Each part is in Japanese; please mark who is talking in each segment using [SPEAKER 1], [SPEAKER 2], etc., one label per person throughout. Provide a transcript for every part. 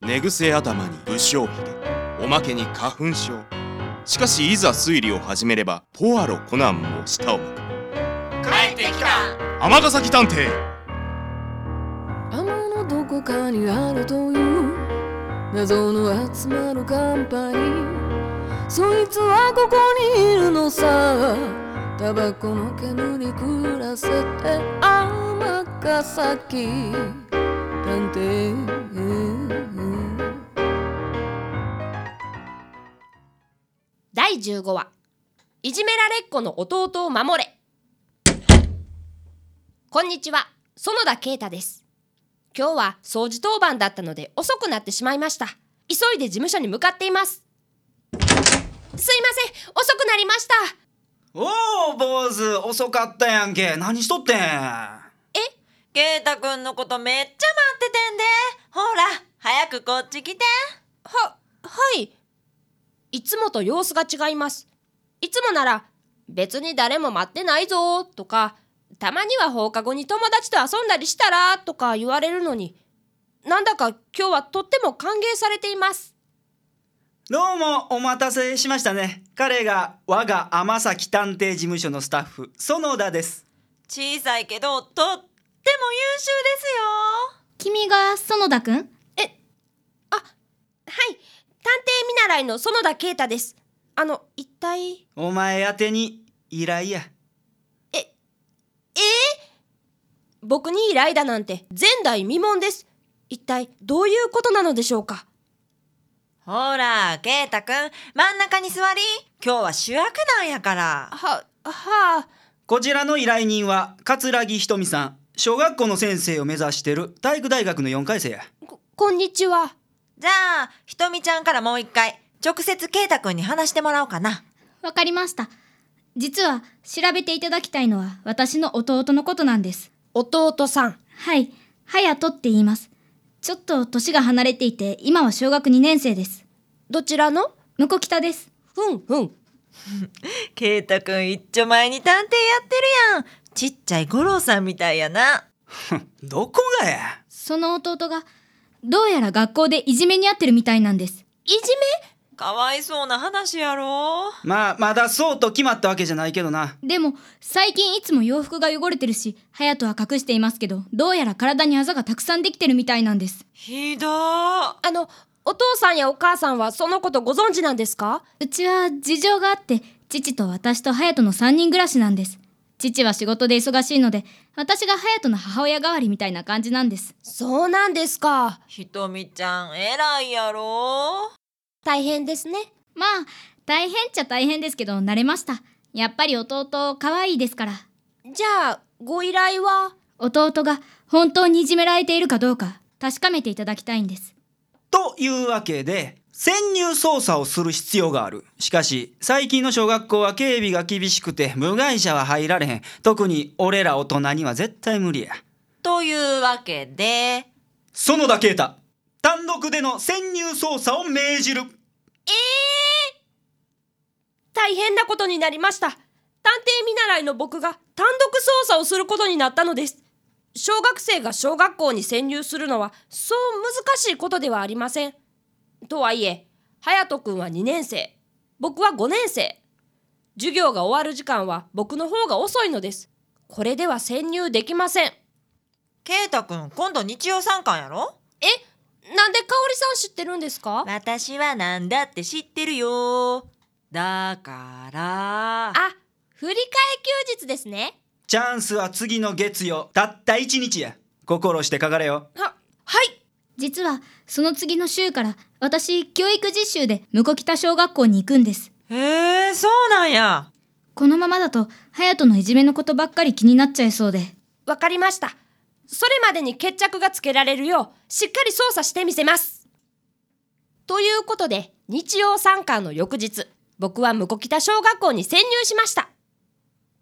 [SPEAKER 1] 寝癖頭に不祥髭おまけに花粉症しかしいざ推理を始めればポアロコナンも舌を巻く
[SPEAKER 2] 帰ってきた
[SPEAKER 1] 尼崎探偵
[SPEAKER 3] 雨のどこかにあるという謎の集まるカンパニーそいつはここにいるのさタバコの煙に暮らせて天ヶ崎探偵
[SPEAKER 2] 第15話いじめられっ子の弟を守れこんにちは園田啓太です今日は掃除当番だったので遅くなってしまいました急いで事務所に向かっていますすいません遅くなりました
[SPEAKER 4] おお坊主遅かったやんけ何しとってん
[SPEAKER 5] ケイタくんのことめっちゃ待っててんで。ほら、早くこっち来て。
[SPEAKER 2] ははいいつもと様子が違いますいつもなら別に誰も待ってないぞーとかたまには放課後に友達と遊んだりしたらとか言われるのになんだか今日はとっても歓迎されています
[SPEAKER 4] どうもお待たせしましたね彼が我が天崎探偵事務所のスタッフ園田です
[SPEAKER 5] 小さいけど、とっても優秀です
[SPEAKER 6] 君が園田くん
[SPEAKER 2] はい探偵見習いの園田啓太ですあの一体
[SPEAKER 4] お前宛てに依頼や
[SPEAKER 2] 僕に依頼だなんて前代未聞です一体どういうことなのでしょうか
[SPEAKER 5] よ。ほら、ケイタくん、真ん中に座り。今日は主役なんやから。
[SPEAKER 2] ははあ
[SPEAKER 4] こちらの依頼人は桂木ひとみさん小学校の先生を目指してる体育大学の4回生や
[SPEAKER 2] ここんにちは
[SPEAKER 5] じゃあ、ひとみちゃんからもう一回、直接ケイタくんに話してもらおうかな。
[SPEAKER 6] わかりました実は調べていただきたいのは私の弟のことなんです
[SPEAKER 2] 弟さん
[SPEAKER 6] はい隼人って言いますちょっと年が離れていて今は小学2年生です
[SPEAKER 2] どちらの
[SPEAKER 6] 向こ北です
[SPEAKER 2] ふんふん
[SPEAKER 5] ケイタくん、一丁前に探偵やってるやん。ちっちゃい五郎さんみたいやな。
[SPEAKER 4] どこがや
[SPEAKER 6] その弟がどうやら学校でいじめにあってるみたいなんです
[SPEAKER 2] いじめ
[SPEAKER 5] かわいそうな話やろ。
[SPEAKER 4] まあまだそうと決まったわけじゃないけどな
[SPEAKER 6] でも最近いつも洋服が汚れてるし隼人は隠していますけどどうやら体にあざがたくさんできてるみたいなんです
[SPEAKER 5] ひどー。
[SPEAKER 2] あのお父さんやお母さんはそのことご存知なんですか
[SPEAKER 6] うちは事情があって父と私と隼人の3人暮らしなんです父は仕事で忙しいので私が隼人の母親代わりみたいな感じなんです
[SPEAKER 2] そうなんですか
[SPEAKER 5] ひとみちゃん、偉いやろ。
[SPEAKER 2] 大変ですね
[SPEAKER 6] まあ大変っちゃ大変ですけど慣れましたやっぱり弟可愛いですから
[SPEAKER 2] じゃあご依頼は
[SPEAKER 6] 弟が本当にいじめられているかどうか確かめていただきたいんです
[SPEAKER 4] というわけで潜入捜査をする必要があるしかし最近の小学校は警備が厳しくて部外者は入られへん特に俺ら大人には絶対無理や
[SPEAKER 5] というわけで、
[SPEAKER 4] 園田啓太単独での潜入捜査を命じる
[SPEAKER 2] 大変なことになりました探偵見習いの僕が単独捜査をすることになったのです小学生が小学校に潜入するのはそう難しいことではありませんとはいえ隼人君は2年生僕は5年生授業が終わる時間は僕の方が遅いのですこれでは潜入できません
[SPEAKER 5] ケイタくん、今度日曜参観やろ
[SPEAKER 2] えなんで香織さん知ってるんですか
[SPEAKER 5] 私はなんだって知ってるよ。だから。あ、
[SPEAKER 2] あ、振り替え休日ですね。
[SPEAKER 4] チャンスは次の月曜たった1日や心してかかれよ
[SPEAKER 2] は、はい。
[SPEAKER 6] 実はその次の週から私教育実習で向北小学校に行くんです
[SPEAKER 5] へえ、そうなんや。
[SPEAKER 6] このままだと隼人のいじめのことばっかり気になっちゃいそうで
[SPEAKER 2] わかりました。それまでに決着がつけられるよう、しっかり操作してみせます。ということで、日曜参観の翌日、僕は向北小学校に潜入しました。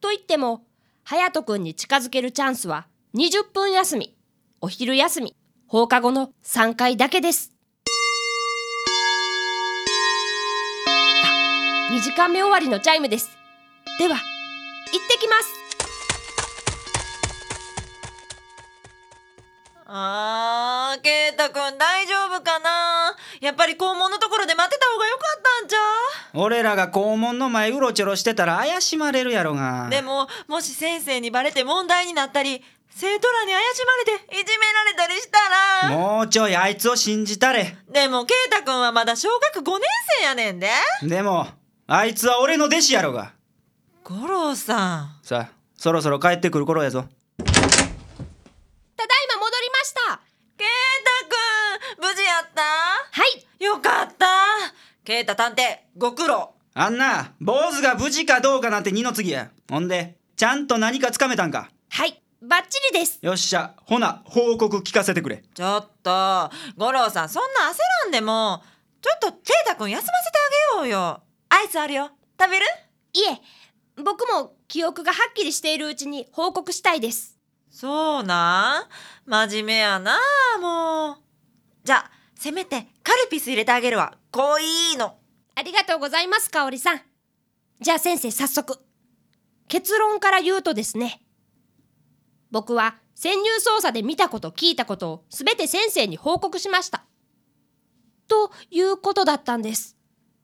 [SPEAKER 2] と言っても、隼人くんに近づけるチャンスは、20分休み、お昼休み、放課後の3回だけです。あ、2時間目終わりのチャイムです。では、行ってきます。
[SPEAKER 5] あー、ケイタくん大丈夫かなやっぱり校門のところで待ってた方がよかったんじゃ
[SPEAKER 4] 俺らが校門の前うろちょろしてたら怪しまれるやろが
[SPEAKER 5] うでももし先生にバレて問題になったり生徒らに怪しまれていじめられたりしたら
[SPEAKER 4] もうちょいあいつを信じたれ
[SPEAKER 5] でも圭太君はまだ小学5年生やねんで
[SPEAKER 4] でもあいつは俺の弟子やろが
[SPEAKER 5] 五郎さん
[SPEAKER 4] さあそろそろ帰ってくる頃やぞ
[SPEAKER 2] ただいま戻りました
[SPEAKER 5] 圭太君無事やった
[SPEAKER 6] はい
[SPEAKER 5] よかった圭太探偵ご苦労
[SPEAKER 4] あんな坊主が無事かどうかなんて二の次やほんでちゃんと何かつかめたんか
[SPEAKER 2] はいバッチリです
[SPEAKER 4] よっしゃほな報告聞かせてくれ
[SPEAKER 5] ちょっと五郎さんそんな焦らんでもちょっと圭太君休ませてあげようよアイスあるよ食べる
[SPEAKER 2] いえ僕も記憶がはっきりしているうちに報告したいです
[SPEAKER 5] そうなん真面目やなもうじゃあせめてカルピス入れてあげるわ濃いの
[SPEAKER 2] ありがとうございます香織さんじゃあ先生早速結論から言うとですね僕は潜入捜査で見たこと聞いたことを全て先生に報告しましたということだったんです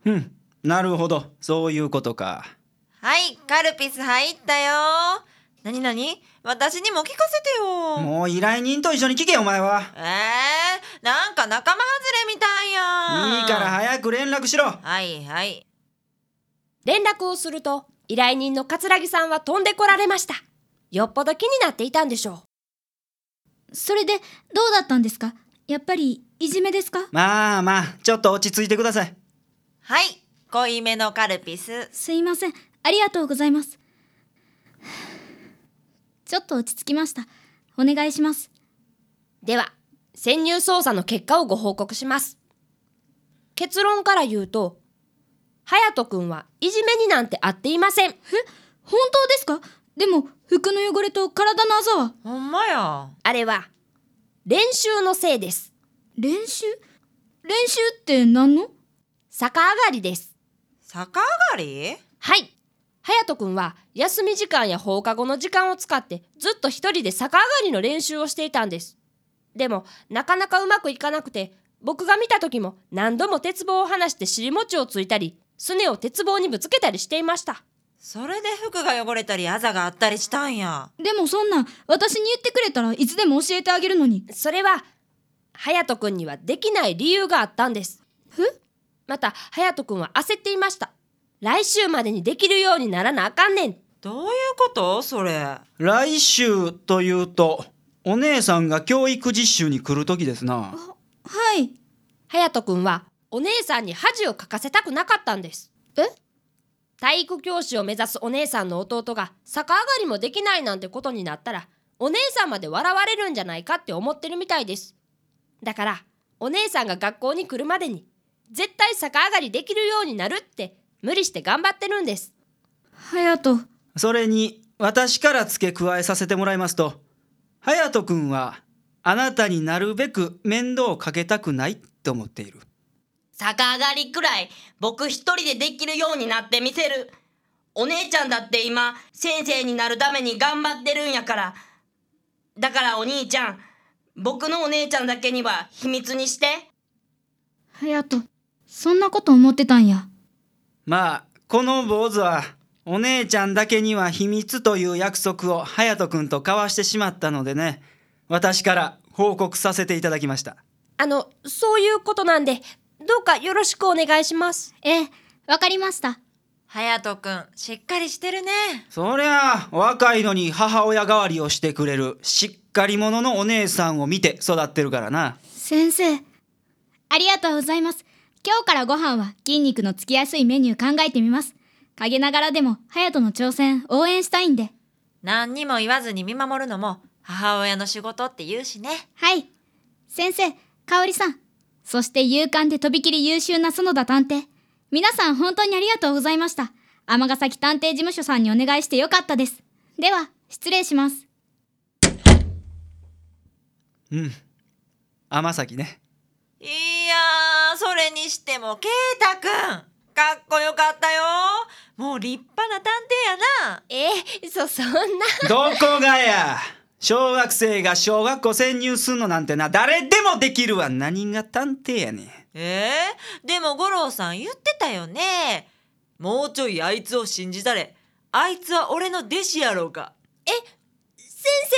[SPEAKER 4] うんなるほどそういうことか
[SPEAKER 5] はいカルピス入ったよなになに私にも聞かせてよ
[SPEAKER 4] もう依頼人と一緒に聞けお前は
[SPEAKER 5] えー、なんか仲間外れみたい
[SPEAKER 4] い
[SPEAKER 5] やん
[SPEAKER 4] いから早く連絡しろ
[SPEAKER 5] はいはい
[SPEAKER 2] 連絡をすると依頼人の桂木さんは飛んでこられましたよっぽど気になっていたんでしょう
[SPEAKER 6] それでどうだったんですかやっぱりいじめですか
[SPEAKER 4] まあまあちょっと落ち着いてください
[SPEAKER 5] はい濃いめのカルピス
[SPEAKER 6] すいませんありがとうございますちょっと落ち着きましたお願いします
[SPEAKER 2] では潜入捜査の結果をご報告します結論から言うと隼人君はいじめになんてあっていません
[SPEAKER 6] 本当ですかでも服の汚れと体のあざは
[SPEAKER 5] ほんまや
[SPEAKER 2] あれは練習のせいです
[SPEAKER 6] 練習練習って何の
[SPEAKER 2] 逆上がりです
[SPEAKER 5] 逆上がり
[SPEAKER 2] はい隼人君は休み時間や放課後の時間を使ってずっと一人で逆上がりの練習をしていたんですでもなかなかうまくいかなくて僕が見た時も何度も鉄棒を離して尻餅をついたりすねを鉄棒にぶつけたりしていました
[SPEAKER 5] それで服が汚れたりあざがあったりしたんや
[SPEAKER 6] でもそんなん私に言ってくれたらいつでも教えてあげるのに
[SPEAKER 2] それは隼人君にはできない理由があったんですまた隼人君は焦っていました来週までにできるようにならなあかんねん
[SPEAKER 5] どういうことそれ
[SPEAKER 4] 来週というとお姉さんが教育実習に来る時ですな
[SPEAKER 6] はい
[SPEAKER 2] 隼人君はお姉さんに恥をかかせたくなかったんです
[SPEAKER 6] え
[SPEAKER 2] 体育教師を目指すお姉さんの弟が逆上がりもできないなんてことになったらお姉さんまで笑われるんじゃないかって思ってるみたいですだからお姉さんが学校に来るまでに絶対逆上がりできるようになるって無理して頑張ってるんです
[SPEAKER 6] 隼人
[SPEAKER 4] それに私から付け加えさせてもらいますと隼人君はあなたになるべく面倒をかけたくないと思っている
[SPEAKER 7] 逆上がりくらい僕一人でできるようになってみせる。お姉ちゃんだって今先生になるために頑張ってるんやから。だからお兄ちゃん、僕のお姉ちゃんだけには秘密にして。
[SPEAKER 6] 隼人そんなこと思ってたんや
[SPEAKER 4] まあこの坊主はお姉ちゃんだけには秘密という約束を隼人君と交わしてしまったのでね私から報告させていただきました
[SPEAKER 2] あのそういうことなんでどうかよろしくお願いします
[SPEAKER 6] ええわかりました
[SPEAKER 5] 隼人くんしっかりしてるね
[SPEAKER 4] そりゃあ若いのに母親代わりをしてくれるしっかり者のお姉さんを見て育ってるからな
[SPEAKER 6] 先生ありがとうございます今日からご飯は筋肉のつきやすいメニュー考えてみます陰ながらでも隼人の挑戦応援したいんで
[SPEAKER 5] 何にも言わずに見守るのも母親の仕事って言うしね
[SPEAKER 6] はい先生香織さんそして勇敢でとびきり優秀な園田探偵皆さん本当にありがとうございました尼崎探偵事務所さんにお願いしてよかったですでは失礼します
[SPEAKER 4] うん天崎ね
[SPEAKER 5] いやーそれにしても圭太くんかっこよかったよもう立派な探偵やな
[SPEAKER 2] えー、そそんな
[SPEAKER 4] どこがや小学生が小学校潜入すんのなんてな誰でもできるわ何が探偵やねん
[SPEAKER 5] えー、でも五郎さん言ってたよねもうちょいあいつを信じたれあいつは俺の弟子やろうか
[SPEAKER 2] 先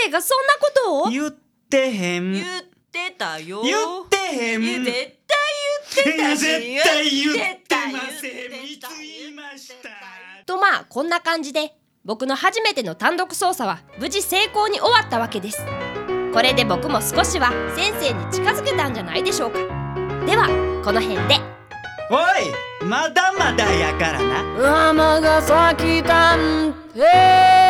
[SPEAKER 2] 生がそんなことを
[SPEAKER 4] 言ってへん
[SPEAKER 5] 言
[SPEAKER 4] 言
[SPEAKER 5] ってたよ
[SPEAKER 4] ってへん
[SPEAKER 5] 言う
[SPEAKER 4] 絶
[SPEAKER 5] 絶対言ってたし
[SPEAKER 4] 対言ってませ
[SPEAKER 5] 絶対
[SPEAKER 4] ん
[SPEAKER 5] 言
[SPEAKER 4] い
[SPEAKER 5] っ
[SPEAKER 4] つ言いました
[SPEAKER 2] とまあこんな感じで僕の初めての単独捜査は無事成功に終わったわけですこれで僕も少しは先生に近づけたんじゃないでしょうかではこの辺で
[SPEAKER 4] おいまだまだやからな
[SPEAKER 3] 尼崎探偵